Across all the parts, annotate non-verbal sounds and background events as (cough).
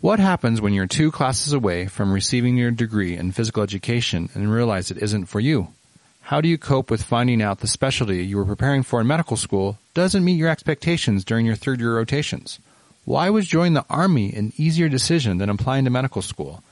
What happens when you're two classes away from receiving your degree in physical education and realize it isn't for you? How do you cope with finding out the specialty you were preparing for in medical school doesn't meet your expectations during your third year rotations? Why was joining the Army an easier decision than applying to medical school?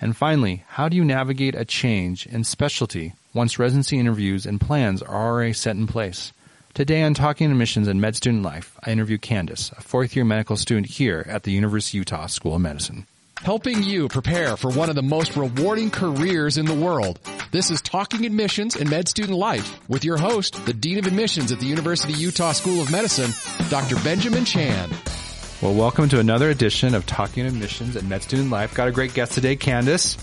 And finally, how do you navigate a change in specialty once residency interviews and plans are already set in place? Today on Talking Admissions and Med Student Life, I interview Candace, a fourth year medical student here at the University of Utah School of Medicine. Helping you prepare for one of the most rewarding careers in the world. This is Talking Admissions and Med Student Life with your host, the Dean of Admissions at the University of Utah School of Medicine, Dr. Benjamin Chan. Well, welcome to another edition of Talking Admissions and Med Student Life. Got a great guest today, Candace.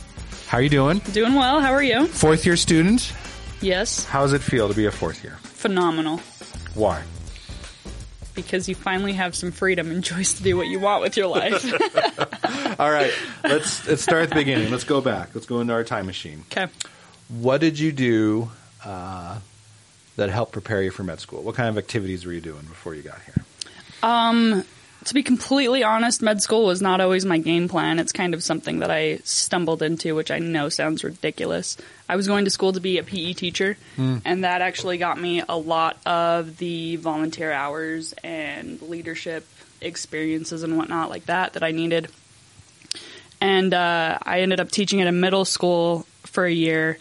How are you doing? Doing well. How are you? Fourth year student. Yes. How does it feel to be a fourth year? Phenomenal. Why? Because you finally have some freedom and choice to do what you want with your life. All right, let's let's start at the beginning. Let's go back. Let's go into our time machine. okay. What did you do uh, that helped prepare you for med school? What kind of activities were you doing before you got here? Um, To be completely honest, med school was not always my game plan. It's kind of something that I stumbled into, which I know sounds ridiculous. I was going to school to be a PE teacher, and that actually got me a lot of the volunteer hours and leadership experiences and whatnot like that that I needed. and uh, I ended up teaching at a middle school for a year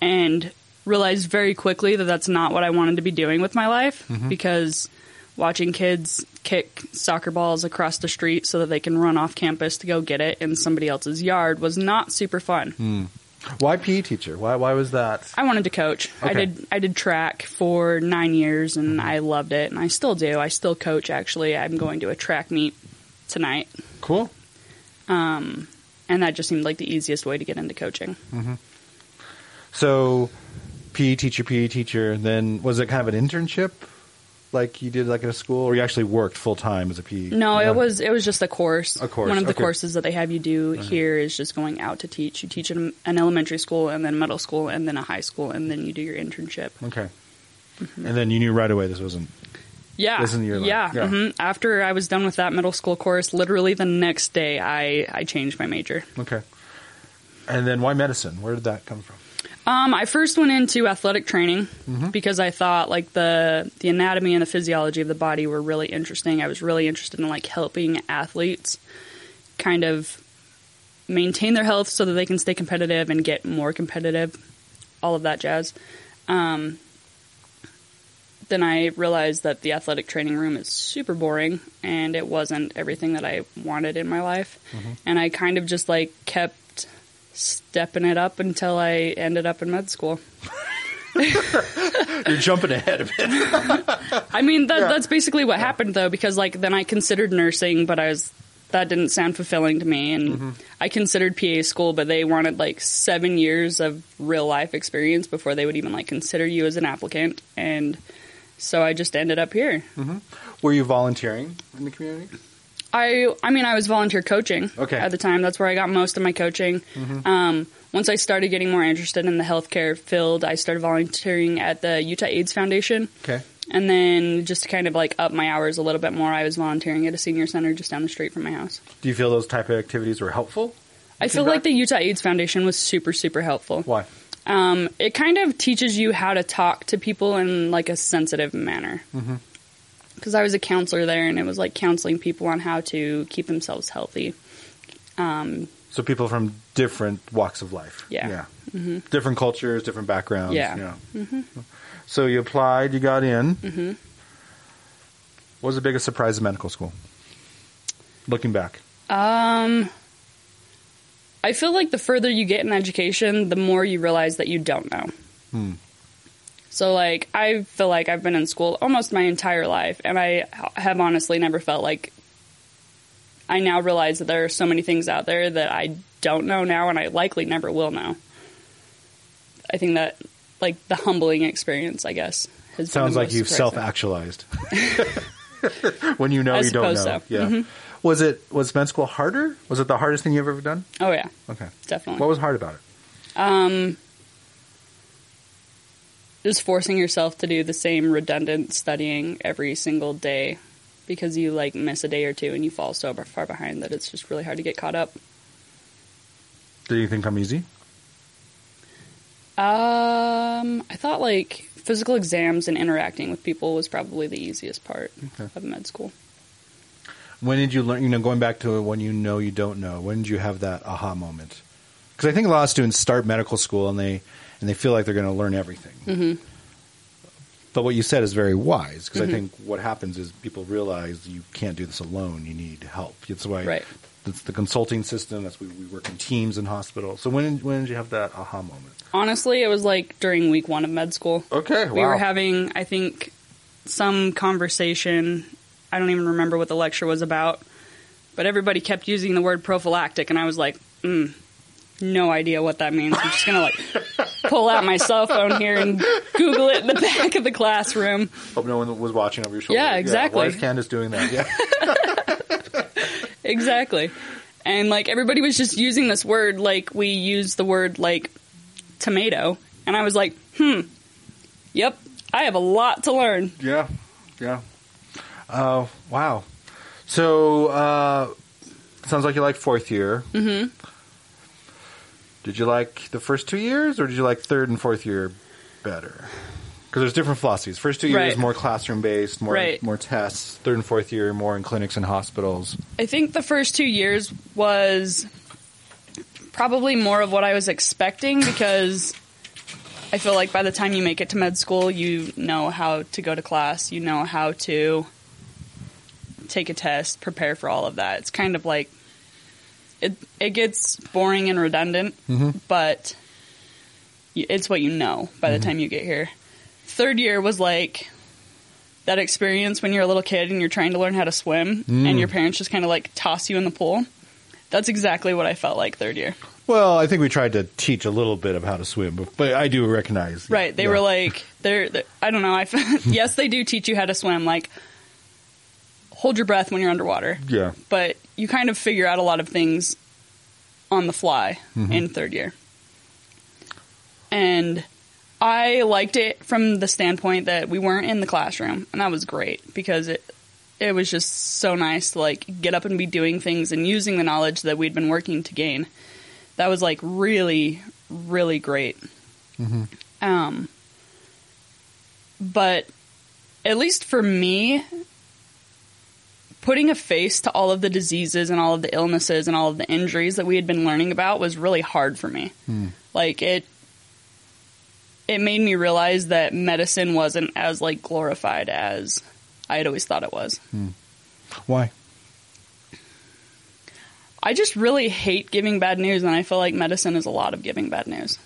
and realized very quickly that that's not what I wanted to be doing with my life because watching kids kick soccer balls across the street so that they can run off campus to go get it in somebody else's yard was not super fun. Hmm. Why PE teacher? Why why was that? I wanted to coach. I Okay. Hmm. did I did track for 9 years and I loved it and I still do. I still coach actually. I'm going to a track meet tonight Cool. and that just seemed like the easiest way to get into coaching. So PE teacher, PE teacher. Then was it kind of an internship, like you did like at a school, or you actually worked full time as a PE? No, Yeah. it was it was just a course. A course, One of the okay. Uh-huh. courses that they have you do here is just going out to teach. You teach in an elementary school and then middle school and then a high school and then you do your internship. okay. And then you knew right away this wasn't Yeah, This is in your life. yeah. Yeah. mhm. After I was done with that middle school course, literally the next day, I I changed my major. okay. And then why medicine? Where did that come from? Um, I first went into athletic training because I thought like the the anatomy and the physiology of the body were really interesting. I was really interested in like helping athletes kind of maintain their health so that they can stay competitive and get more competitive, all of that jazz. Um, then I realized that the athletic training room is super boring and it wasn't everything that I wanted in my life. And I kind of just like kept stepping it up until I ended up in med school. You're jumping ahead of it. I mean, that, that's basically what happened though, because like then I considered nursing, but I was that didn't sound fulfilling to me, and I considered PA school, but they wanted like seven years of real life experience before they would even like consider you as an applicant, and so I just ended up here. Were you volunteering in the community? I I mean I was volunteer coaching Okay. at the time. That's where I got most of my coaching. Um, once I started getting more interested in the healthcare field, I started volunteering at the Utah AIDS Foundation. Okay. And then just to kind of like up my hours a little bit more, I was volunteering at a senior center just down the street from my house. Do you feel those type of activities were helpful? I feel like the Utah AIDS Foundation was super, super helpful. Why? Um, it kind of teaches you how to talk to people in like a sensitive manner. Because I was a counselor there, and it was like counseling people on how to keep themselves healthy. So people from different walks of life. Yeah. Mm-hmm. Different cultures, different backgrounds. Yeah. Mm-hmm. So you applied, you got in. Mm-hmm. What was the biggest surprise of medical school? Looking back. Um, I feel like the further you get in education, the more you realize that you don't know. Hmm. So, like, I feel like I've been in school almost my entire life, and I h- have honestly never felt like I now realize that there are so many things out there that I don't know now, and I likely never will know. I think that, like, the humbling experience, I guess, has been Sounds the like most you've surprising. self actualized. (laughs) when you know I you don't know. suppose so. Mm-hmm. Yeah. Was it was med school harder? Was it the hardest thing you've ever done? Oh yeah, Okay. definitely. What was hard about it? Um, just forcing yourself to do the same redundant studying every single day because you like miss a day or two and you fall so far behind that it's just really hard to get caught up. Did anything come easy? Um, I thought like physical exams and interacting with people was probably the easiest part Okay. of med school. When did you learn? You know, going back to when you know you don't know. When did you have that aha moment? Because I think a lot of students start medical school and they and they feel like they're going to learn everything. Mhm. But what you said is very wise because Mm-hmm. I think what happens is people realize you can't do this alone. You need help. That's why Right. that's the consulting system. That's why we work in teams in hospitals. So when when did you have that aha moment? Honestly, it was like during week one of med school. Okay, We were having, I think, some conversation. I don't even remember what the lecture was about, but everybody kept using the word prophylactic, and I was like, mm, no idea what that means. I'm just gonna like pull out my cell phone here and Google it in the back of the classroom. Hope no one was watching over your shoulder. Yeah, Why exactly. is Candace doing that? (laughs) Yeah. Exactly. And like everybody was just using this word like we use the word like tomato, and I was like, hmm, yep, I have a lot to learn. Yeah, yeah. Uh, wow. So uh, sounds like you like fourth year. Mm-hmm. Did you like the first two years, or did you like third and fourth year better? Because there's different philosophies. First two years Right. more classroom based, more Right. more tests. Third and fourth year more in clinics and hospitals. I think the first two years was probably more of what I was expecting because I feel like by the time you make it to med school, you know how to go to class, you know how to take a test, prepare for all of that. It's kind of like it it gets boring and redundant, but y- it's what you know by the time you get here. Third year was like that experience when you're a little kid and you're trying to learn how to swim and your parents just kind of like toss you in the pool. That's exactly what I felt like third year. Well, I think we tried to teach a little bit of how to swim, but, but I do recognize. Right. They yeah. were like, they're, they're- I don't know. I, (laughs) f- yes, they do teach you how to swim. Like, hold your breath when you're underwater. yeah. But you kind of figure out a lot of things on the fly in third year. And I liked it from the standpoint that we weren't in the classroom. And that was great because it, it was just so nice to like get up and be doing things and using the knowledge that we'd been working to gain. That was like really, really great. Um, but at least for me, putting a face to all of the diseases and all of the illnesses and all of the injuries that we had been learning about was really hard for me. Like it, it made me realize that medicine wasn't as like glorified as I had always thought it was. Why? I just really hate giving bad news, and I feel like medicine is a lot of giving bad news.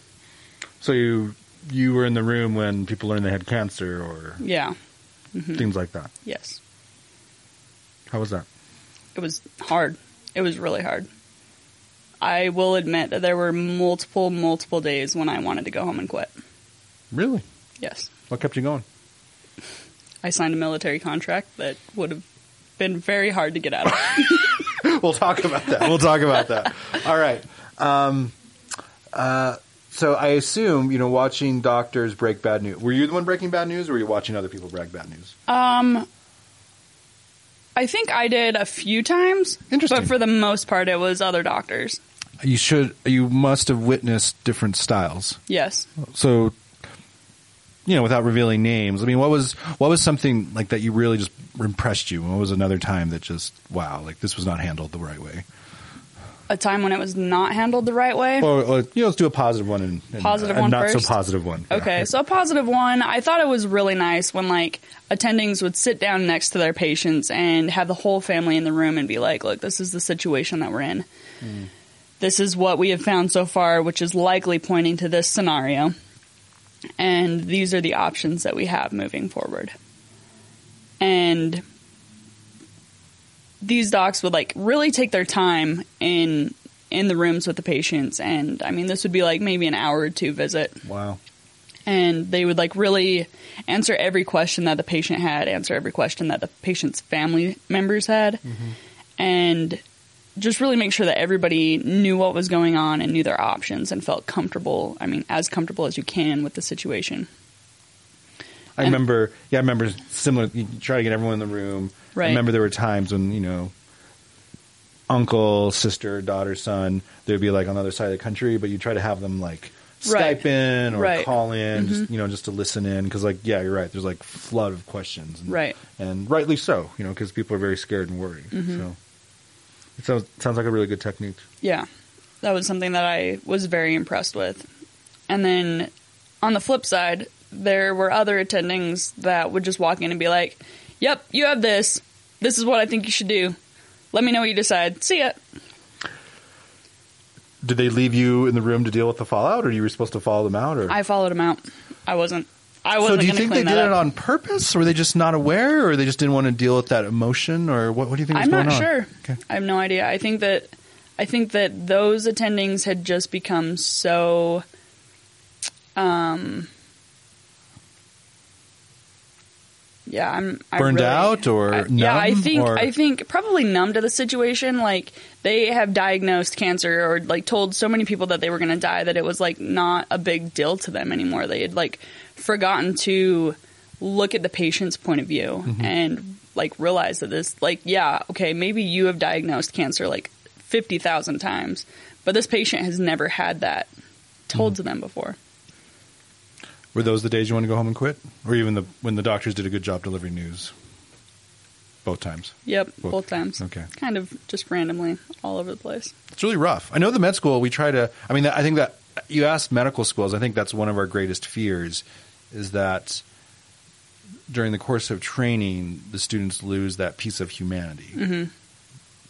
So you you were in the room when people learned they had cancer or Yeah. Mm-hmm. things like that. Yes. How was that? it was hard. It was really hard. I will admit that there were multiple, multiple days when I wanted to go home and quit. Really? Yes. What kept you going? I signed a military contract that would have been very hard to get out of. (laughs) We'll talk about that. We'll talk about that. (laughs) All right. Um, uh, so I assume you know watching doctors break bad news. Were you the one breaking bad news, or were you watching other people break bad news? um, I think I did a few times. Interesting. But for the most part, it was other doctors. You should. You must have witnessed different styles. Yes. So, you know, without revealing names, I mean, what was what was something like that you really just impressed you? What was another time that just wow, like this was not handled the right way? A time when it was not handled the right way. Or, or, you know, let's do a positive one and, and, Positive and one not first? so positive one. Yeah. Okay, so a positive one. I thought it was really nice when like attendings would sit down next to their patients and have the whole family in the room and be like, "Look, this is the situation that we're in. This is what we have found so far, which is likely pointing to this scenario, and these are the options that we have moving forward." And these docs would like really take their time in in the rooms with the patients and I mean this would be like maybe an hour or two visit Wow. and they would like really answer every question that the patient had, answer every question that the patient's family members had, and just really make sure that everybody knew what was going on and knew their options and felt comfortable. I mean, as comfortable as you can with the situation. I And- remember, yeah, I remember similar. You try to get everyone in the room. I Right. remember there were times when you know, uncle, sister, daughter, son, they'd be like on the other side of the country, but you try to have them like Skype Right. in or Right. Mm-hmm. call in, just you know, just to listen in because like yeah, you're right. There's like flood of questions, and, Right. and rightly so, you know, because people are very scared and worried. Mm-hmm. So it sounds sounds like a really good technique. Yeah. That was something that I was very impressed with. And then on the flip side, there were other attendings that would just walk in and be like, Yep, you have this. This is what I think you should do. Let me know what you decide. See ya. Did they leave you in the room to deal with the fallout, or you were supposed to follow them out, or I followed him out. I wasn't. I So wasn't do you going to think clean they did that it up. on purpose? Were they just not aware, or they just didn't want to deal with that emotion, or what? What do you think was I'm going not on? sure. Okay. I have no idea. I think that I think that those attendings had just become so um yeah, I'm I Burned really- out or I- yeah, I numb, think or- I think probably numb to the situation. Like they have diagnosed cancer or like told so many people that they were going to die that it was like not a big deal to them anymore. They had like forgotten to look at the patient's point of view Mm-hmm. and like realize that this like yeah okay maybe you have diagnosed cancer like fifty thousand times, but this patient has never had that Mm-hmm. told to them before. Were those the days you want to go home and quit, or even the when the doctors did a good job delivering news? Both times. Yep, Well, both times. okay. kind of just randomly all over the place. It's really rough. I know the med school. We try to. I mean, I think that you asked medical schools. I think that's one of our greatest fears is that during the course of training, the students lose that piece of humanity, Mm-hmm.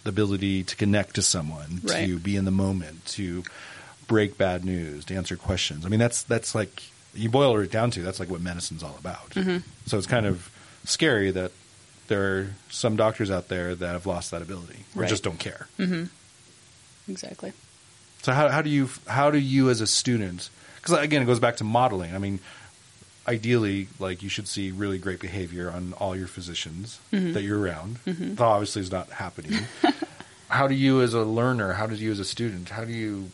the ability to connect to someone, Right. to be in the moment, to break bad news, to answer questions. I mean, that's that's like you boil it down to. That's like what medicine's all about. Mm-hmm. So it's kind of scary that there are some doctors out there that have lost that ability or Right. just don't care. Exactly. So how, how do you how do you as a student? Because again, it goes back to modeling. I mean, ideally, like you should see really great behavior on all your physicians that you're around. That obviously is not happening. how do you as a learner? How do you as a student? How do you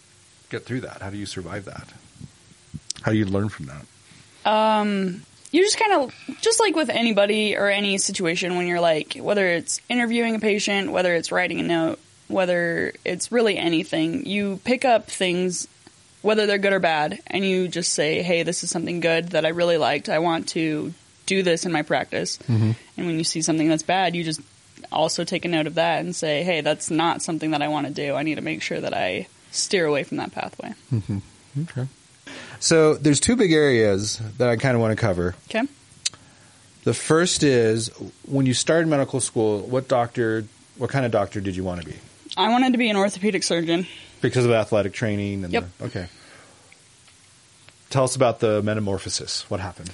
get through that? How do you survive that? How do you learn from that? you just kind of just like with anybody or any situation when you're like whether it's interviewing a patient whether it's writing a note whether it's really anything you pick up things whether they're good or bad and you just say hey this is something good that i really liked i want to do this in my practice and when you see something that's bad you just also take a note of that and say hey that's not something that i want to do i need to make sure that i steer away from that pathway Okay. So there's two big areas that I kind of want to cover. okay The first is when you started medical school, what doctor, what kind of doctor did you want to be? i wanted to be an orthopedic surgeon because of athletic training and Yep. the, okay tell us about the metamorphosis what happened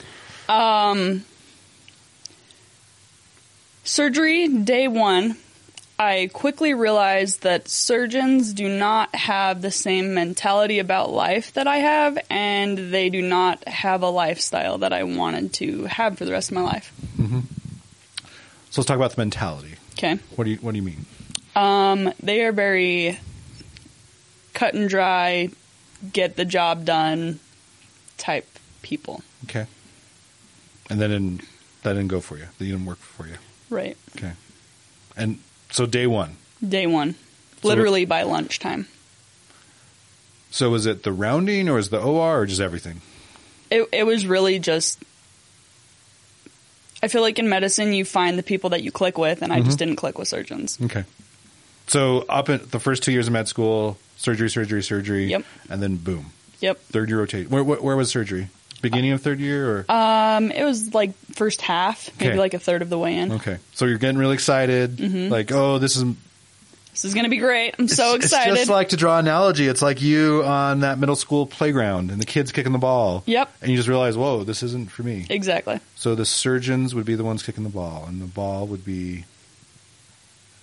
Surgery day one, I quickly realized that surgeons do not have the same mentality about life that I have, and they do not have a lifestyle that I wanted to have for the rest of my life. so let's talk about the mentality Okay. what do you what do you mean Um, they are very cut and dry, get the job done type people. okay and that didn't that didn't go for you that didn't work for you Right. okay and so day one Day one. So- Literally by lunchtime. so was it the rounding or is the or or just everything it, it was really just i feel like in medicine you find the people that you click with and Mm-hmm. i just didn't click with surgeons okay so up in the first two years of med school surgery surgery surgery Yep. and then boom yep third year rotation where, where, where was surgery beginning of third year or um it was like first half maybe Okay. Mm-hmm. like a third of the way in okay so you're getting really excited Mm-hmm. like oh this is this is gonna be great i'm so It's- excited It's just like to draw an analogy. It's like you on that middle school playground and the kids kicking the ball. Yep. And you just realize, whoa, this isn't for me. exactly So the surgeons would be the ones kicking the ball, and the ball would be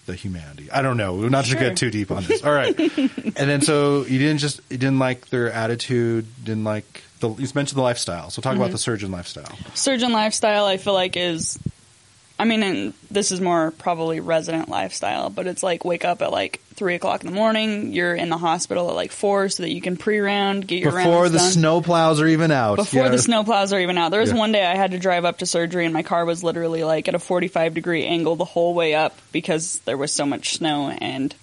the humanity. I don't know. Not Sure. to get too deep on this. All (laughs) right. and then so you didn't just you didn't like their attitude. Didn't like Mm-hmm. the you mentioned the lifestyle. So talk about the surgeon lifestyle. surgeon lifestyle i feel like is I mean, and this is more probably resident lifestyle, but it's like wake up at like three o'clock in the morning. You're in the hospital at like four, so that you can pre-round, get your Before rounds the done. snow plows are even out. before Yeah. the snowplows are even out. There was Yeah. one day I had to drive up to surgery, and my car was literally like at a 45 degree angle the whole way up because there was so much snow, and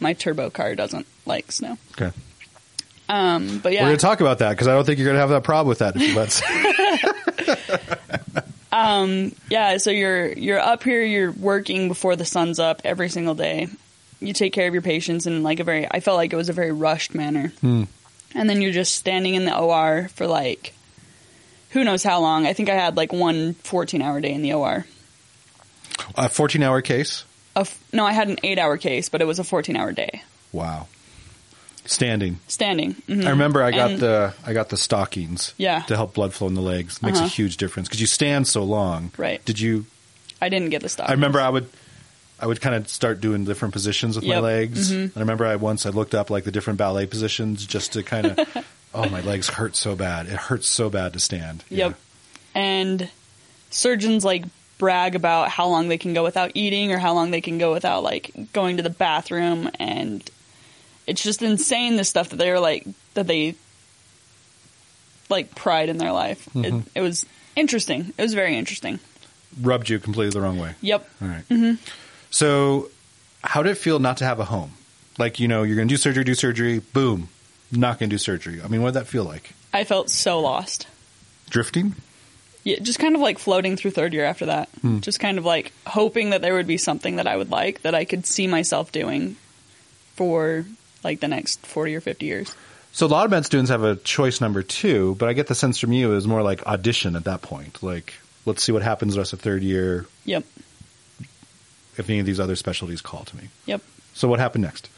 my turbo car doesn't like snow. Okay. Um, but We're yeah, going to talk about that because I don't think you're going to have that problem with that in a few (laughs) months. yeah. So you're you're up here, you're working before the sun's up every single day. You take care of your patients in like a very. I felt like it was a very rushed manner, Hmm. and then you're just standing in the OR for like who knows how long. I think I had like one 14 hour day in the OR. a 14 hour case. a f- no, I had an eight hour case, but it was a 14 hour day Wow. Standing. standing. hmm I remember I got And- the I got the stockings. Yeah. To help blood flow in the legs. Makes a Uh-huh. huge difference because you stand so long. Right. Did you I didn't get the stock. I remember I would I would kind of start doing different positions with my Yep. Mm-hmm. legs. And I remember I once I looked up like the different ballet positions just to kind (laughs) of oh my legs hurt so bad. It hurts so bad to stand. Yep. And surgeons like brag about how long they can go without eating or how long they can go without like going to the bathroom, and it's just insane the stuff that they're like that they like pride in their life. Mm-hmm. It, it was interesting. It was very interesting. Rubbed you completely the wrong way. Yep. All Mm-hmm. So, how did it feel not to have a home? Like, you know, you're going to do surgery, do surgery, boom, not going to do surgery. I mean, what did that feel like? I felt so lost. Drifting? Yeah, just kind of like floating through third year after that. Just kind of like hoping that there would be something that I would like that I could see myself doing for like the next 40 or 50 years. So, a lot of med students have a choice number two, but I get the sense from you it was more like audition at that point. Like, let's see what happens the rest of third year Yep. if any of these other specialties call to me. Yep. So, what happened next?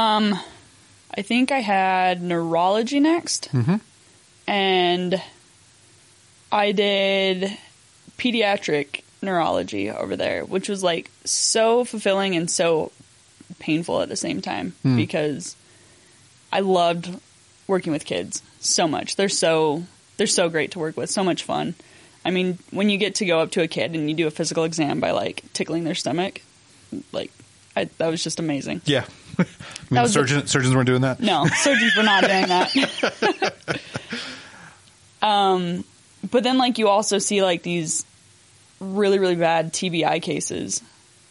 I think I had neurology next. And I did pediatric neurology over there, which was like so fulfilling and so painful at the same time because I loved working with kids so much. They're so they're so great to work with, so much fun. I mean, when you get to go up to a kid and you do a physical exam by like tickling their stomach, like I, that was just amazing. Yeah. (laughs) I mean, the was the- surgeon, surgeons weren't doing that? No, surgeons were not doing that. um, (laughs) but then, like, you also see like these really, really bad TBI cases,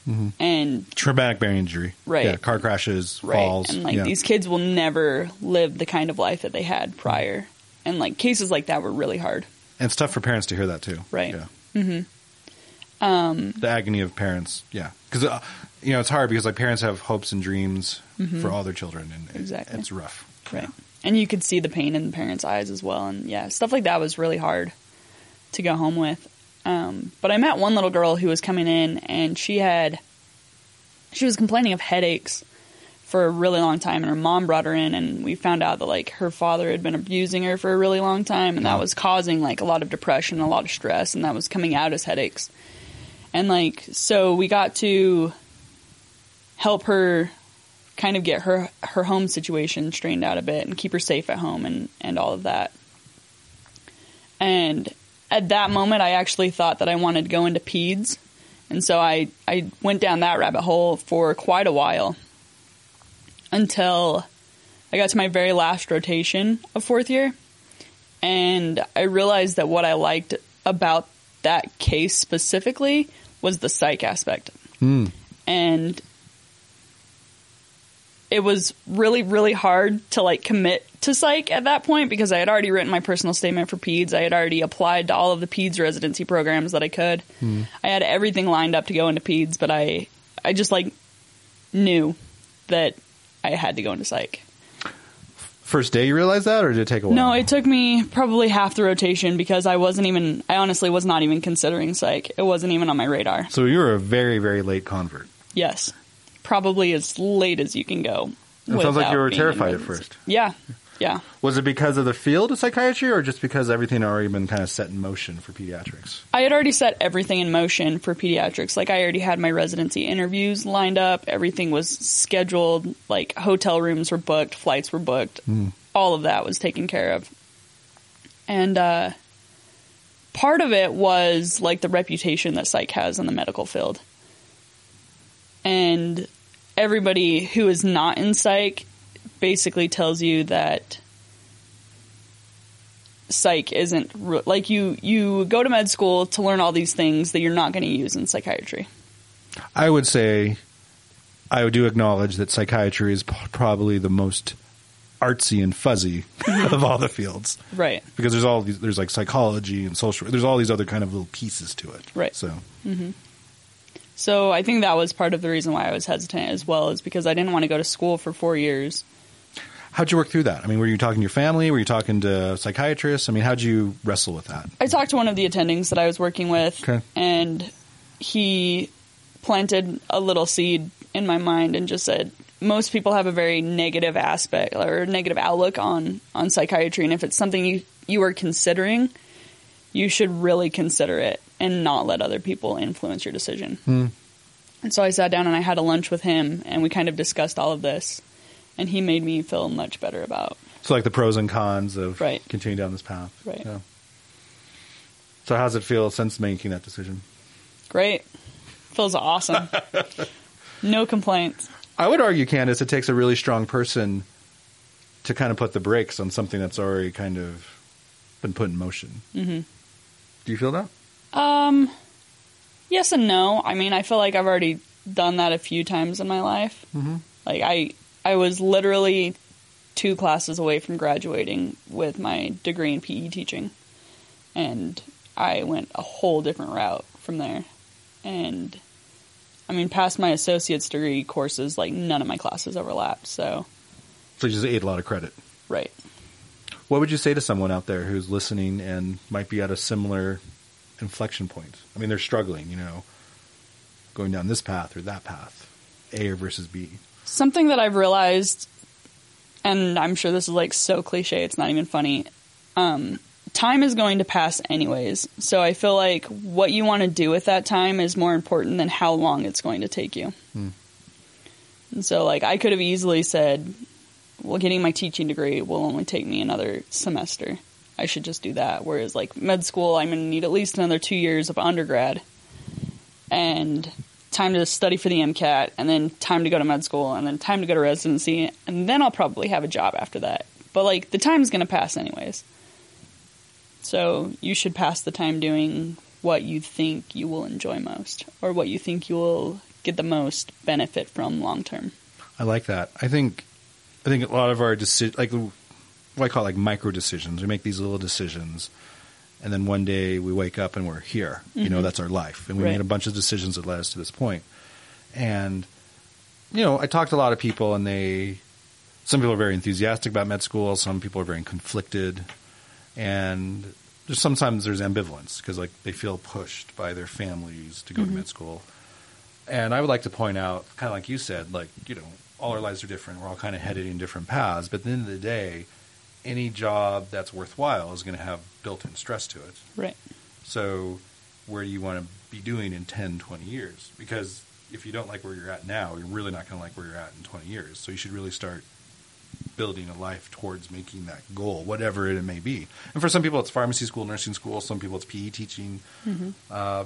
Mm-hmm. and Traumatic brain injury. Right. Yeah, car crashes, right, falls. and like yeah. these kids will never live the kind of life that they had prior, and like cases like that were really hard. And it's tough for parents to hear that too. Right. Yeah. Mm-hmm. Um, the agony of parents. Yeah. Because, uh, you know, it's hard because like parents have hopes and dreams for all their children. And it- Mm-hmm. Exactly. it's rough. Right. And you could see the pain in the parents' eyes as well. And yeah, stuff like that was really hard to go home with. Um, but I met one little girl who was coming in and she had, she was complaining of headaches for a really long time. And her mom brought her in and we found out that like her father had been abusing her for a really long time. And that was causing like a lot of depression, a lot of stress. And that was coming out as headaches. And like, so we got to help her kind of get her her home situation strained out a bit and keep her safe at home and and all of that. And at that moment, I actually thought that I wanted to go into peds, and so I I went down that rabbit hole for quite a while until I got to my very last rotation of fourth year, and I realized that what I liked about that case specifically was the psych aspect. And it was really really hard to like commit to psych at that point because I had already written my personal statement for peds. I had already applied to all of the peds residency programs that I could. Hmm. I had everything lined up to go into peds, but I I just like knew that I had to go into psych. First day you realized that, or did it take a while? No, it took me probably half the rotation because I wasn't even I honestly was not even considering psych. It wasn't even on my radar. So you were a very, very late convert. Yes. Probably as late as you can go. It sounds like without you were being in terrified at residency. first. Yeah. Yeah. Was it because of the field of psychiatry, or just because everything had already been kind of set in motion for pediatrics? I had already set everything in motion for pediatrics. Like I already had my residency interviews lined up, everything was scheduled, like hotel rooms were booked, flights were booked. All of that was taken care of. And uh part of it was like the reputation that psych has in the medical field. And everybody who is not in psych basically tells you that psych isn't re- like you you go to med school to learn all these things that you're not going to use in psychiatry. I would say I do acknowledge that psychiatry is p- probably the most artsy and fuzzy (laughs) Mm-hmm. of all the fields Right. because there's all these, there's like psychology and social there's all these other kind of little pieces to it. Right. So So I think that was part of the reason why I was hesitant as well is because I didn't want to go to school for 4 years. how'd you work through that? I mean, were you talking to your family? Were you talking to psychiatrists? I mean, how'd you wrestle with that? I talked to one of the attendings that I was working with, Okay. and he planted a little seed in my mind and just said, most people have a very negative aspect or negative outlook on on psychiatry, and if it's something you you are considering, you should really consider it and not let other people influence your decision. And so I sat down and I had a lunch with him, and we kind of discussed all of this, and he made me feel much better about So like the pros and cons of Right. continuing down this path. Right. Yeah. So how's it feel since making that decision? Great. Feels awesome. no complaints. I would argue, Candace, it takes a really strong person to kind of put the brakes on something that's already kind of been put in motion. Mm-hmm. Do you feel that? Um, yes and no. I mean, I feel like I've already done that a few times in my life. Mm-hmm. Like I, I was literally two classes away from graduating with my degree in PE teaching, and I went a whole different route from there. And I mean, past my associate's degree courses, like none of my classes overlapped. So, So you just ate a lot of credit. right. What would you say to someone out there who's listening and might be at a similar inflection point? I mean, they're struggling, you know, going down this path or that path, A versus B. something that I've realized, and I'm sure this is like so cliche, it's not even funny. Um, time is going to pass anyways, so I feel like what you want to do with that time is more important than how long it's going to take you. And so, like, I could have easily said, "Well, getting my teaching degree will only take me another semester. I should just do that." Whereas, like, med school, I'm going to need at least another two years of undergrad, and time to study for the MCAT, and then time to go to med school, and then time to go to residency, and then I'll probably have a job after that. But like the time's going to pass anyways. So you should pass the time doing what you think you will enjoy most, or what you think you will get the most benefit from long term. I like that. I think, I think a lot of our decisions, like what I call like micro decisions, we make these little decisions, and then one day we wake up and we're here. You know, that's our life, and we Right. made a bunch of decisions that led us to this point. And you know, I talked to a lot of people, and they, some people are very enthusiastic about med school, some people are very conflicted, and there's sometimes there's ambivalence because like they feel pushed by their families to go to med school. And I would like to point out, kind of like you said, like, you know, all our lives are different. We're all kind of headed in different paths. But at the end of the day, any job that's worthwhile is going to have built in stress to it. Right. So, where do you want to be doing in 10, 20 years? Because if you don't like where you're at now, you're really not going to like where you're at in 20 years. So, you should really start building a life towards making that goal, whatever it may be. And for some people, it's pharmacy school, nursing school. Some people, it's PE teaching. Uh,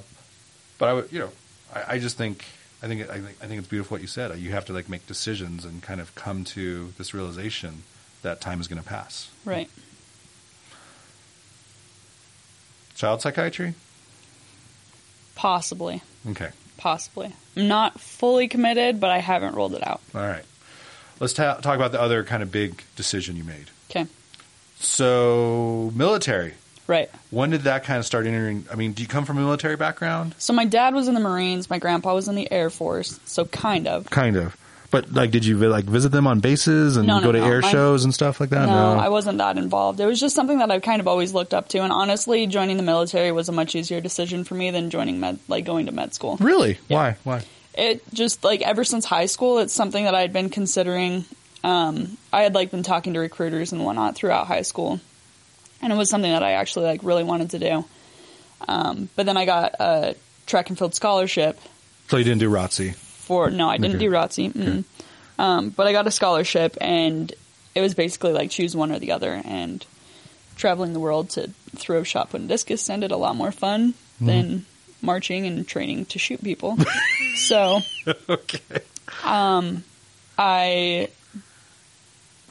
but I would, you know, I, I just think. I think, I think I think it's beautiful what you said. You have to like make decisions and kind of come to this realization that time is going to pass. Right. Child psychiatry, Possibly. okay. Possibly. I'm not fully committed, but I haven't rolled it out. All right. Let's ta- talk about the other kind of big decision you made. Okay. So, military. Right. When did that kind of start entering? I mean, do you come from a military background? So my dad was in the Marines, my grandpa was in the Air Force, so kind of. Kind of. But like, did you like visit them on bases and No, no, go to no. air My- shows and stuff like that? No, I wasn't that involved. It was just something that I've kind of always looked up to, and honestly, joining the military was a much easier decision for me than joining med, like going to med school. really? Why? Why? It just like ever since high school, it's something that I had been considering. Um, I had like been talking to recruiters and whatnot throughout high school, and it was something that I actually like really wanted to do. Um, but then I got a track and field scholarship, So you didn't do ROTC. for no, I didn't Okay. do ROTC. Mm. Um, but I got a scholarship, and it was basically like choose one or the other. And traveling the world to throw shot put and discus sounded a lot more fun Mm-hmm. than marching and training to shoot (laughs) people. so um, okay. I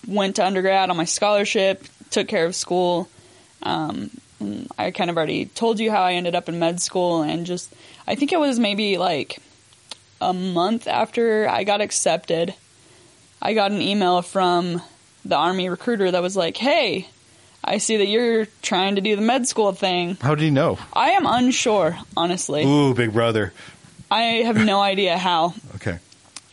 went to undergrad on my scholarship, took care of school. Um, I kind of already told you how I ended up in med school, and just I think it was maybe like a month after I got accepted, I got an email from the army recruiter that was like, "Hey, I see that you're trying to do the med school thing. How did he know? I am unsure, honestly. Ooh, Big Brother. I have no idea how. Okay.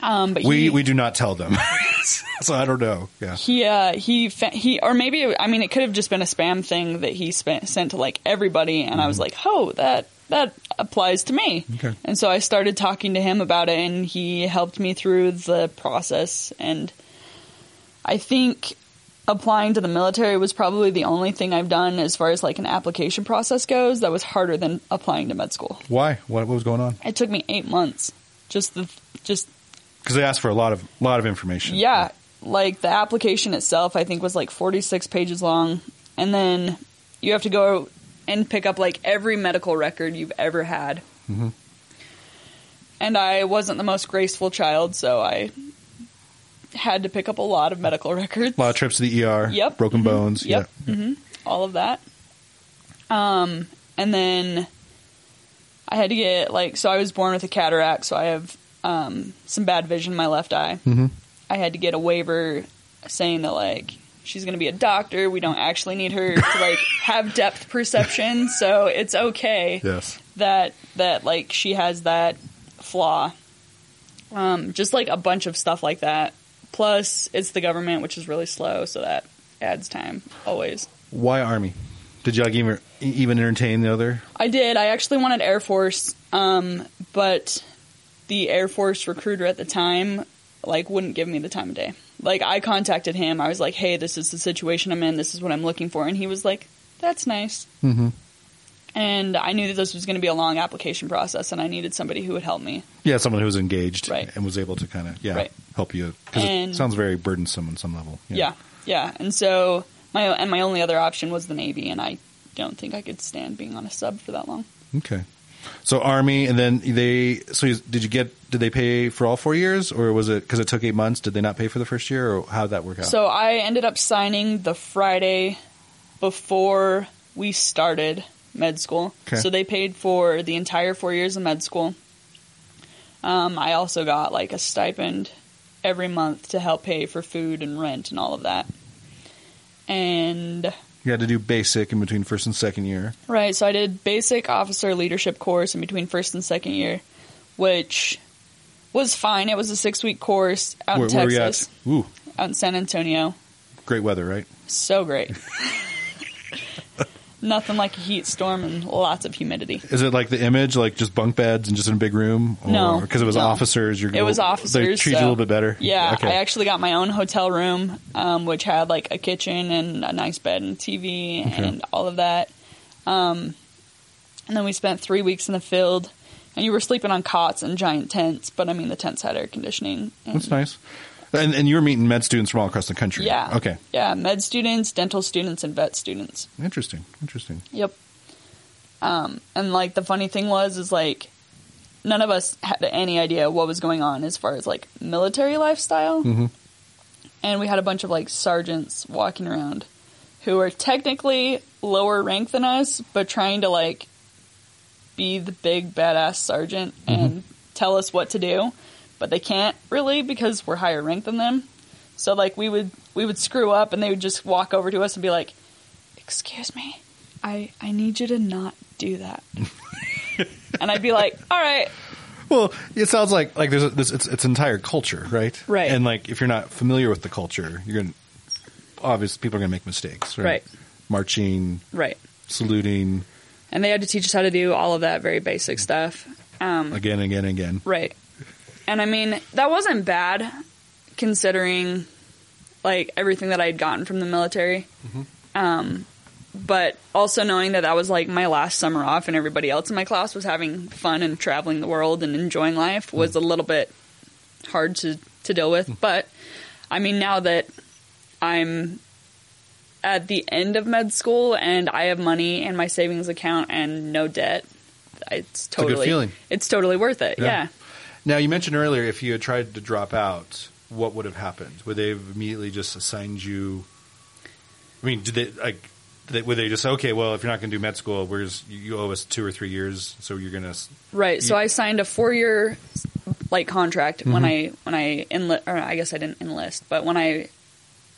Um, but We he, we do not tell them, (laughs) so I don't know. Yeah. he uh, he fa- he or maybe I mean it could have just been a spam thing that he spent, sent to like everybody and I was like oh that that applies to me Okay. and so I started talking to him about it and he helped me through the process and I think applying to the military was probably the only thing I've done as far as like an application process goes that was harder than applying to med school Why? What, what was going on? it took me eight months just the just Because they asked for a lot of lot of information. Yeah, like the application itself, I think was like 46 pages long, and then you have to go and pick up like every medical record you've ever had. Mm-hmm. And I wasn't the most graceful child, so I had to pick up a lot of medical records A lot of trips to the ER. Yep. Broken Mhm. bones. Yep. Mm-hmm. all of that. Um, and then I had to get like so I was born with a cataract, so I have um, some bad vision in my left eye. Mhm. I had to get a waiver saying that like she's going to be a doctor. We don't actually need her to like have depth perception, so it's okay Yeah. Yes. that that like she has that flaw. Um, just like a bunch of stuff like that. Plus, it's the government, which is really slow, so that adds time always. Why Army? Did you like even even entertain the other? I did. I actually wanted Air Force, um, but the Air Force recruiter at the time like wouldn't give me the time of day. Like I contacted him. I was like, "Hey, this is the situation I'm in. This is what I'm looking for," and he was like, "That's nice." Mhm. And I knew that this was going to be a long application process, and I needed somebody who would help me. Yeah, someone who was engaged Right. and was able to kind of yeah Right. help you because it And- sounds very burdensome on some level. Yeah. yeah, And so my and my only other option was the Navy, and I don't think I could stand being on a sub for that long. Okay. So Army, and then they. So you, did you get? Did they pay for all four years, or was it because it took eight months? Did they not pay for the first year, or how did that work out? So I ended up signing the Friday before we started med school. Okay. So they paid for the entire four years of med school. Um, I also got like a stipend every month to help pay for food and rent and all of that. And you had to do basic in between first and second year. Right. So I did basic officer leadership course in between first and second year, which was fine. It was a six week course out in where were you at? Texas, Ooh, out in San Antonio. great weather, right? (laughs) So great. Nothing like a heat storm and lots of humidity. Is it like the image, like just bunk beds and just in a big room? Or, No, because it was no. officers. You're It was They officers, treat you so- a little bit better. Yeah, Okay. I actually got my own hotel room, um, which had like a kitchen and a nice bed and TV and all of that. Um, and then we spent three weeks in the field, and you were sleeping on cots and giant tents. But I mean, the tents had air conditioning. And, That's nice. And, and you were meeting med students from all across the country. Yeah. Okay. Yeah, med students, dental students, and vet students. Interesting. Interesting. Yep. Um, and like the funny thing was, is like none of us had any idea what was going on as far as like military lifestyle. Mhm. And we had a bunch of like sergeants walking around who are technically lower rank than us, but trying to like be the big badass sergeant and tell us what to do, but they can't really because we're higher ranked than them. So like we would we would screw up and they would just walk over to us and be like, "Excuse me, I I need you to not do that." and I'd be like, "All right, Well, it sounds like like there's a, this it's it's entire culture, right? Right. And like if you're not familiar with the culture, you're gonna obvious people are gonna make mistakes, right? Right. Marching, right." saluting, And they had to teach us how to do all of that very basic stuff. Um. again, again, again. Right. And I mean, that wasn't bad considering like everything that I had gotten from the military. Mm-hmm. Um, but also knowing that that was like my last summer off and everybody else in my class was having fun and traveling the world and enjoying life Mm-hmm. was a little bit hard to, to deal with. But I mean, now that I'm at the end of med school and I have money in my savings account and no debt, it's a good totally feeling. It's totally worth it. Yeah. Yeah. Now, you mentioned earlier if you had tried to drop out, what would have happened? Would they have immediately just assigned you? I mean, did they like? did They, would they just say, okay? Well, if you're not going to do med school, we're just, you- you owe us two or three years, so you're going to Right. So You- Mm-hmm. I signed a four year like contract when I when I enlist or I guess I didn't enlist, but when I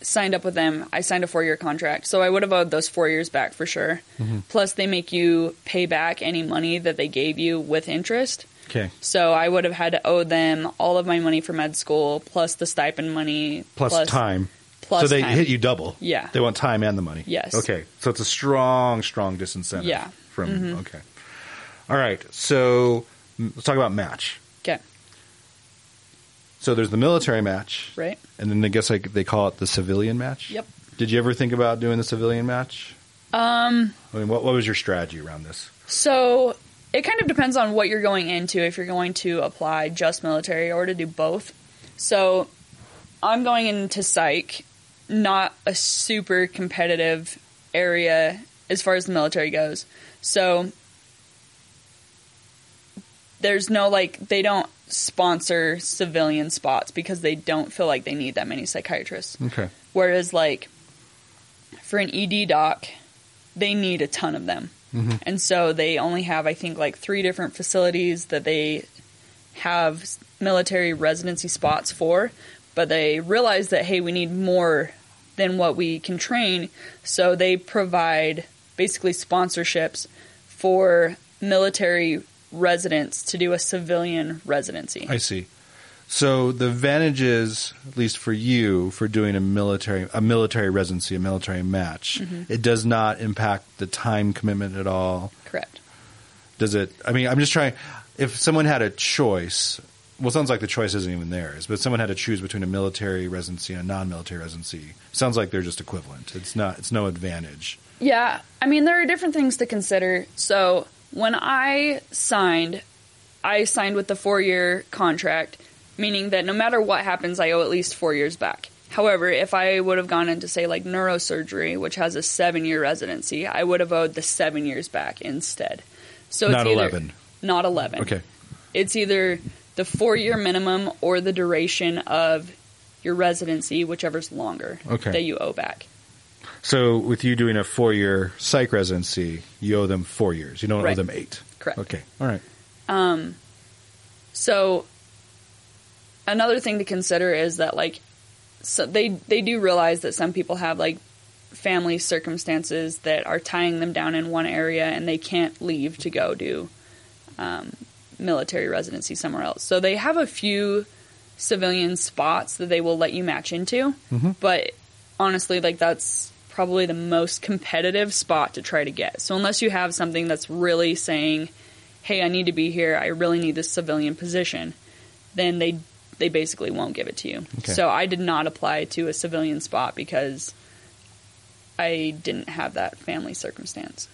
signed up with them, I signed a four year contract. So I would have owed those four years back for sure. Mm-hmm. Plus they make you pay back any money that they gave you with interest. okay So I would have had to owe them all of my money for med school plus the stipend money plus, time. plus so they time. hit you double. Yeah. They want time and the money. Yes. Okay. So it's a strong, strong disincentive. Yeah. Mm-hmm. From okay. All right. So m- let's talk about match. Okay. So there's the military match, Right. and then I guess like they call it the civilian match. Yep. Did you ever think about doing the civilian match? Um I mean, what, what was your strategy around this? so it kind of depends on what you're going into if you're going to apply just military or to do both. So I'm going into psych, not a super competitive area as far as the military goes. So there's no like they don't sponsor civilian spots because they don't feel like they need that many psychiatrists. Okay. Whereas, like, for an ED doc, they need a ton of them. And so they only have, I think, like three different facilities that they have s- military residency spots for. But they realize that, hey, we need more than what we can train. So they provide basically sponsorships for military residents to do a civilian residency. I see. So the advantages, at least for you, for doing a military a military residency, a military match, Mm-hmm. it does not impact the time commitment at all. Correct. does it i mean i'm just trying if someone had a choice well it sounds like the choice isn't even theirs but if someone had to choose between a military residency and a non-military residency sounds like they're just equivalent it's not it's no advantage Yeah, I mean, there are different things to consider. So when I signed, I signed with the four year contract, meaning that no matter what happens, I owe at least four years back. However, if I would have gone into, say, like neurosurgery, which has a seven year residency, I would have owed the seven years back instead. So it's not either- 11 Not 11. okay It's either the four year minimum or the duration of your residency, whichever's longer Okay. that you owe back. so with you doing a four-year psych residency you owe them four years you don't owe Right. them eight Correct. okay all right Um, so another thing to consider is that like so they they do realize that some people have like family circumstances that are tying them down in one area and they can't leave to go do um, military residency somewhere else. So they have a few civilian spots that they will let you match into, but honestly, like that's probably the most competitive spot to try to get. So unless you have something that's really saying, "Hey, I need to be here. I really need this civilian position," then they they basically won't give it to you. Okay. So I did not apply to a civilian spot because I didn't have that family circumstance.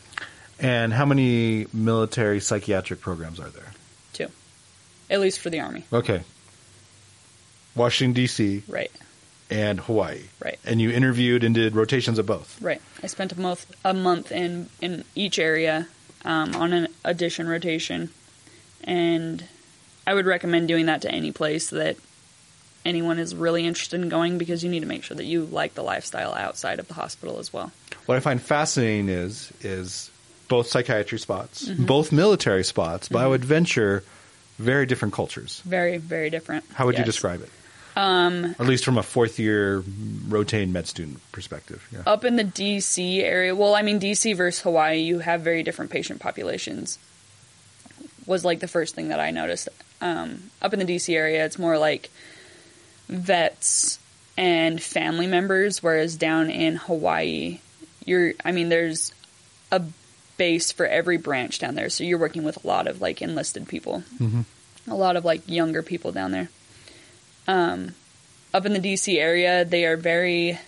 and how many military psychiatric programs are there At least for the army, okay washington d.c right? and hawaii Right. and you interviewed and did rotations of both Right. I spent a month a month in in each area um, on an addition rotation, and I would recommend doing that to any place that anyone is really interested in going because you need to make sure that you like the lifestyle outside of the hospital as well. what I find fascinating is is both psychiatry spots, Mm-hmm. both military spots, but I would venture very different cultures. Very very different. How would you Yes. describe it? Um, At least from a fourth year rotating med student perspective. Yeah. Up in the DC area, well, I mean DC versus Hawaii, you have very different patient populations. Was like the first thing that I noticed. Um, up in the DC area, it's more like vets and family members, whereas down in Hawaii, you're. I mean, there's a base for every branch down there, so you're working with a lot of like enlisted people, a lot of like younger people down there. Um, up in the DC area, they are very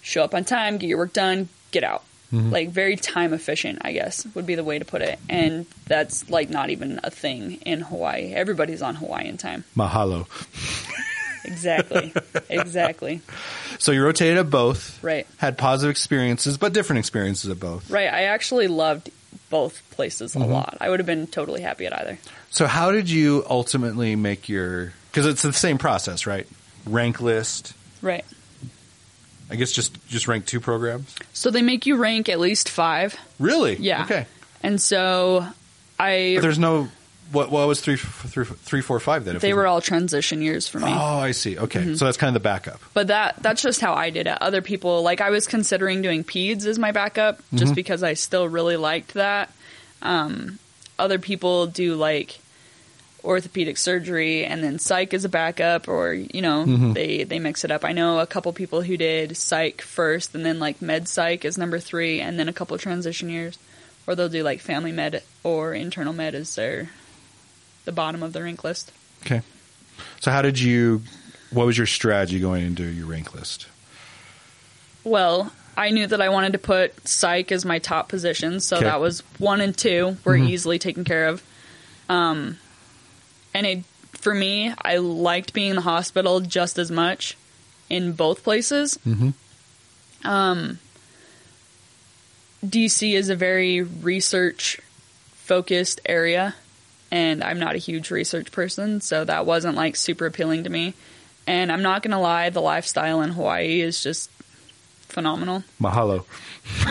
show up on time, get your work done, get out. Mm-hmm. Like very time efficient, I guess would be the way to put it. And that's like not even a thing in Hawaii. Everybody's on Hawaiian time. Mahalo. Exactly. (laughs) exactly. So you rotated at both. Right. Had positive experiences, but different experiences at both. Right. I actually loved both places Mm-hmm. a lot. I would have been totally happy at either. So how did you ultimately make your? Because it's the same process, right? Rank list. Right. I guess just just rank two programs. So they make you rank at least five. Really? Yeah. Okay. And so I. But there's no. What, what was three, f- three, f- three, four, five then? if They we- were all transition years for me. Mm-hmm. Oh, I see. Okay, so that's kind of the backup. But that that's just how I did it. Other people like I was considering doing peds as my backup just because I still really liked that. Um, other people do like orthopedic surgery and then psych as a backup or you know they they mix it up. I know a couple people who did psych first and then like med psych as number 3 and then a couple transition years or they'll do like family med or internal med as their the bottom of the rank list. Okay. So how did you? What was your strategy going into your rank list? Well, I knew that I wanted to put psych as my top position, so Okay. that was one and two were easily taken care of. Um, and it for me, I liked being in the hospital just as much in both places. Mhm. Um, DC is a very research focused area, and I'm not a huge research person, so that wasn't like super appealing to me. And I'm not gonna lie, the lifestyle in Hawaii is just phenomenal. Mahalo.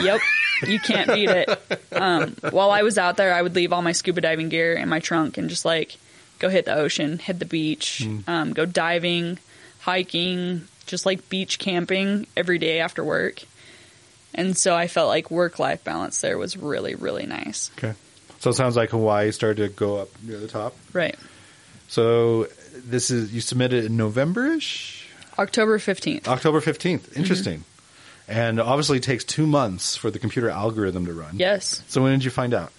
Yep. You can't beat it. Um, while I was out there, I would leave all my scuba diving gear in my trunk and just like go hit the ocean, hit the beach, um, go diving, hiking, just like beach camping every day after work. And so I felt like work life balance there was really, really nice. Okay. So it sounds like Hawaii started to go up near the top. Right. So this is you submitted in Novemberish, Mm-hmm. October 15th. October fifteenth. Interesting. And obviously, it takes two months for the computer algorithm to run. Yes. So when did you find out?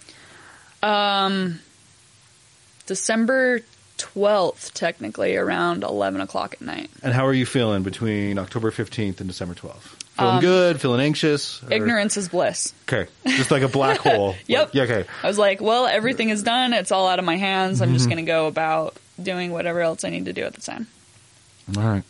December 12th, technically, around 11 o'clock at night. And how are you feeling between October fifteenth and December twelfth? Feeling Um, good? Feeling anxious? or- Ignorance is bliss. Okay. Just like a (laughs) black hole. Like, Yep. yeah. Okay. I was like, well, everything is done. It's all out of my hands. I'm just going to go about doing whatever else I need to do at the time. All right.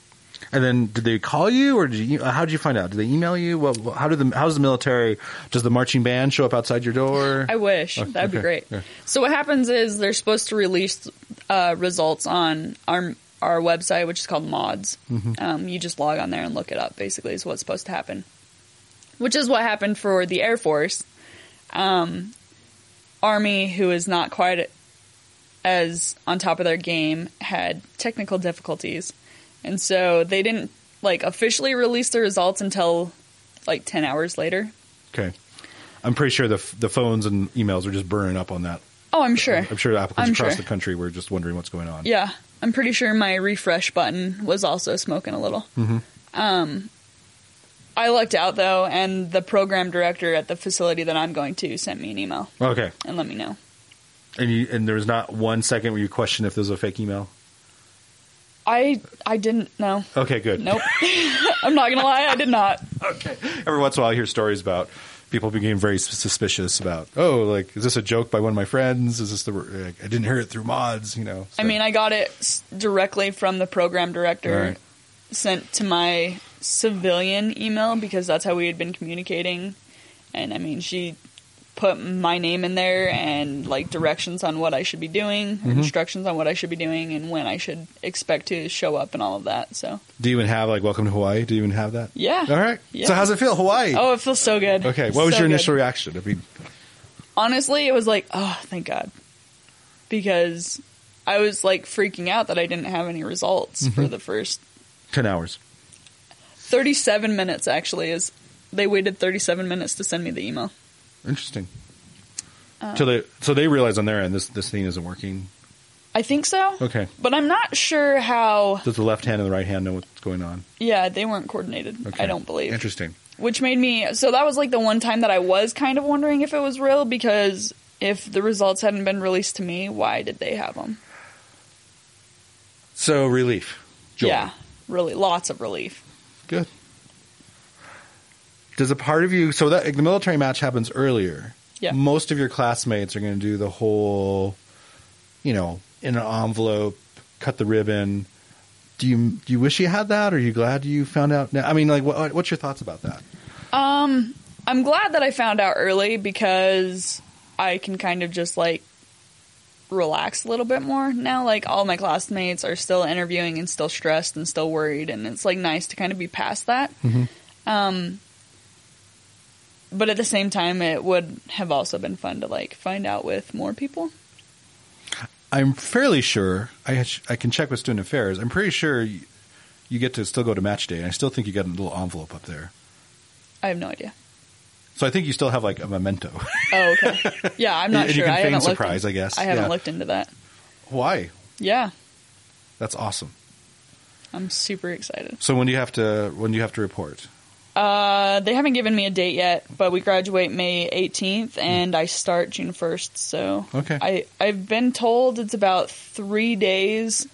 And then, did they call you, or did you, how did you find out? Did they email you? What, what- how did the how's the military? Does the marching band show up outside your door? I wish. That'd be Oh, okay. great. Yeah. So what happens is they're supposed to release uh, results on our our website, which is called Mods. Mm-hmm. Um, you just log on there and look it up. Basically, is what's supposed to happen, which is what happened for the Air Force, um, Army, who is not quite as on top of their game, had technical difficulties, and so they didn't like officially release the results until like ten hours later. okay. I'm pretty sure the f- the phones and emails are just burning up on that. Oh, I'm sure. I'm sure the applicants I'm across sure. the country were just wondering what's going on. Yeah, I'm pretty sure my refresh button was also smoking a little. Um, I lucked out though, and the program director at the facility that I'm going to sent me an email Okay. and let me know. And you and there was not one second where you questioned if this was a fake email. I I didn't know. Okay. Good. Nope. (laughs) I'm not gonna lie, I did not. Every once in a while, I hear stories about people became very sus- suspicious about. Oh, like is this a joke by one of my friends? Is this the? wor- Like, I didn't hear it through mods. You know. I so- mean, I got it s- directly from the program director, Right. sent to my civilian email because that's how we had been communicating. And I mean, she put my name in there and like directions on what I should be doing, or Mm-hmm. instructions on what I should be doing, and when I should expect to show up and all of that. So, Do you even have like Welcome to Hawaii? Do you even have that? yeah. All right. Yeah. So how's it feel, Hawaii? Oh, it feels so good. okay. What was So your good. initial reaction? I mean, honestly, it was like, oh, thank God. Because I was like freaking out that I didn't have any results Mm-hmm. for the first ten hours. 37 minutes actually is they waited 37 minutes to send me the email. Interesting. so they so they realize on their end this this thing isn't working. I think so. Okay. But I'm not sure how Does the left hand and the right hand know what's going on? yeah, they weren't coordinated. Okay. I don't believe. Interesting. Which made me so that was like the one time that I was kind of wondering if it was real because if the results hadn't been released to me, why did they have them? So relief. Joy. Yeah. Really lots of relief. Good. Does a part of you so that the military match happens earlier? Yeah. Most of your classmates are going to do the whole, you know, in an envelope, cut the ribbon, do you do you wish you had that, or are you glad you found out? Now? I mean, like, what, what's your thoughts about that? Um, I'm glad that I found out early because I can kind of just like relax a little bit more now. Like all my classmates are still interviewing and still stressed and still worried, and it's like nice to kind of be past that. Mm-hmm. Um, but at the same time, it would have also been fun to like find out with more people. I'm fairly sure I sh- I can check with student affairs. I'm pretty sure you, you get to still go to match day, and I still think you got a little envelope up there. I have no idea. So I think you still have like a memento. Oh, okay. (laughs) Yeah, I'm not And you sure. can I feign haven't surprise, looked. in- I guess. I haven't Yeah. looked into that. Why? Yeah, That's awesome. I'm super excited. So when do you have to when do you have to report? Uh, they haven't given me a date yet, but we graduate May 18th, and I start June 1st. So Okay. I I've been told it's about three days,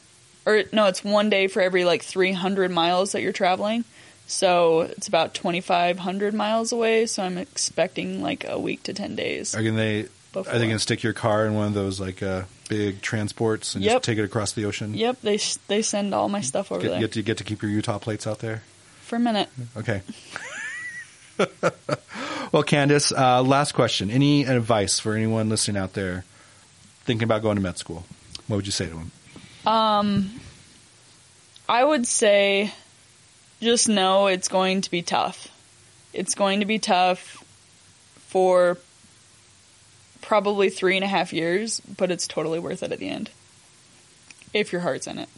or no, it's one day for every like 300 miles that you're traveling. So it's about 2,500 miles away. So I'm expecting like a week to 10 days. Are gonna they before. are they gonna stick your car in one of those like uh, big transports and Yep. just take it across the ocean? Yep, they s- they send all my stuff over Get, there get to get to keep your Utah plates out there. for a minute. Okay. (laughs) well, Candace, uh, last question. Any advice for anyone listening out there thinking about going to med school? What would you say to them? I would say just know it's going to be tough. It's going to be tough for probably three and a half years, but it's totally worth it at the end. If your heart's in it.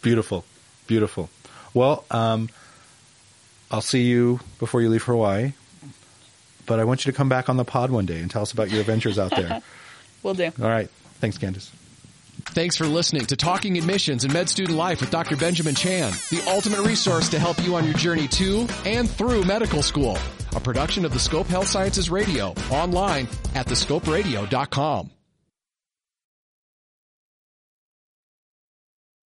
Beautiful, beautiful. Well, um, I'll see you before you leave for Hawaii, but I want you to come back on the pod one day and tell us about your adventures out (laughs) there. Will do. All right. Thanks, Candace. Thanks for listening to Talking Admissions and Med Student Life with Dr. Benjamin Chan, the ultimate resource to help you on your journey to and through medical school. A production of the Scope Health Sciences Radio, online at thescoperadio.com.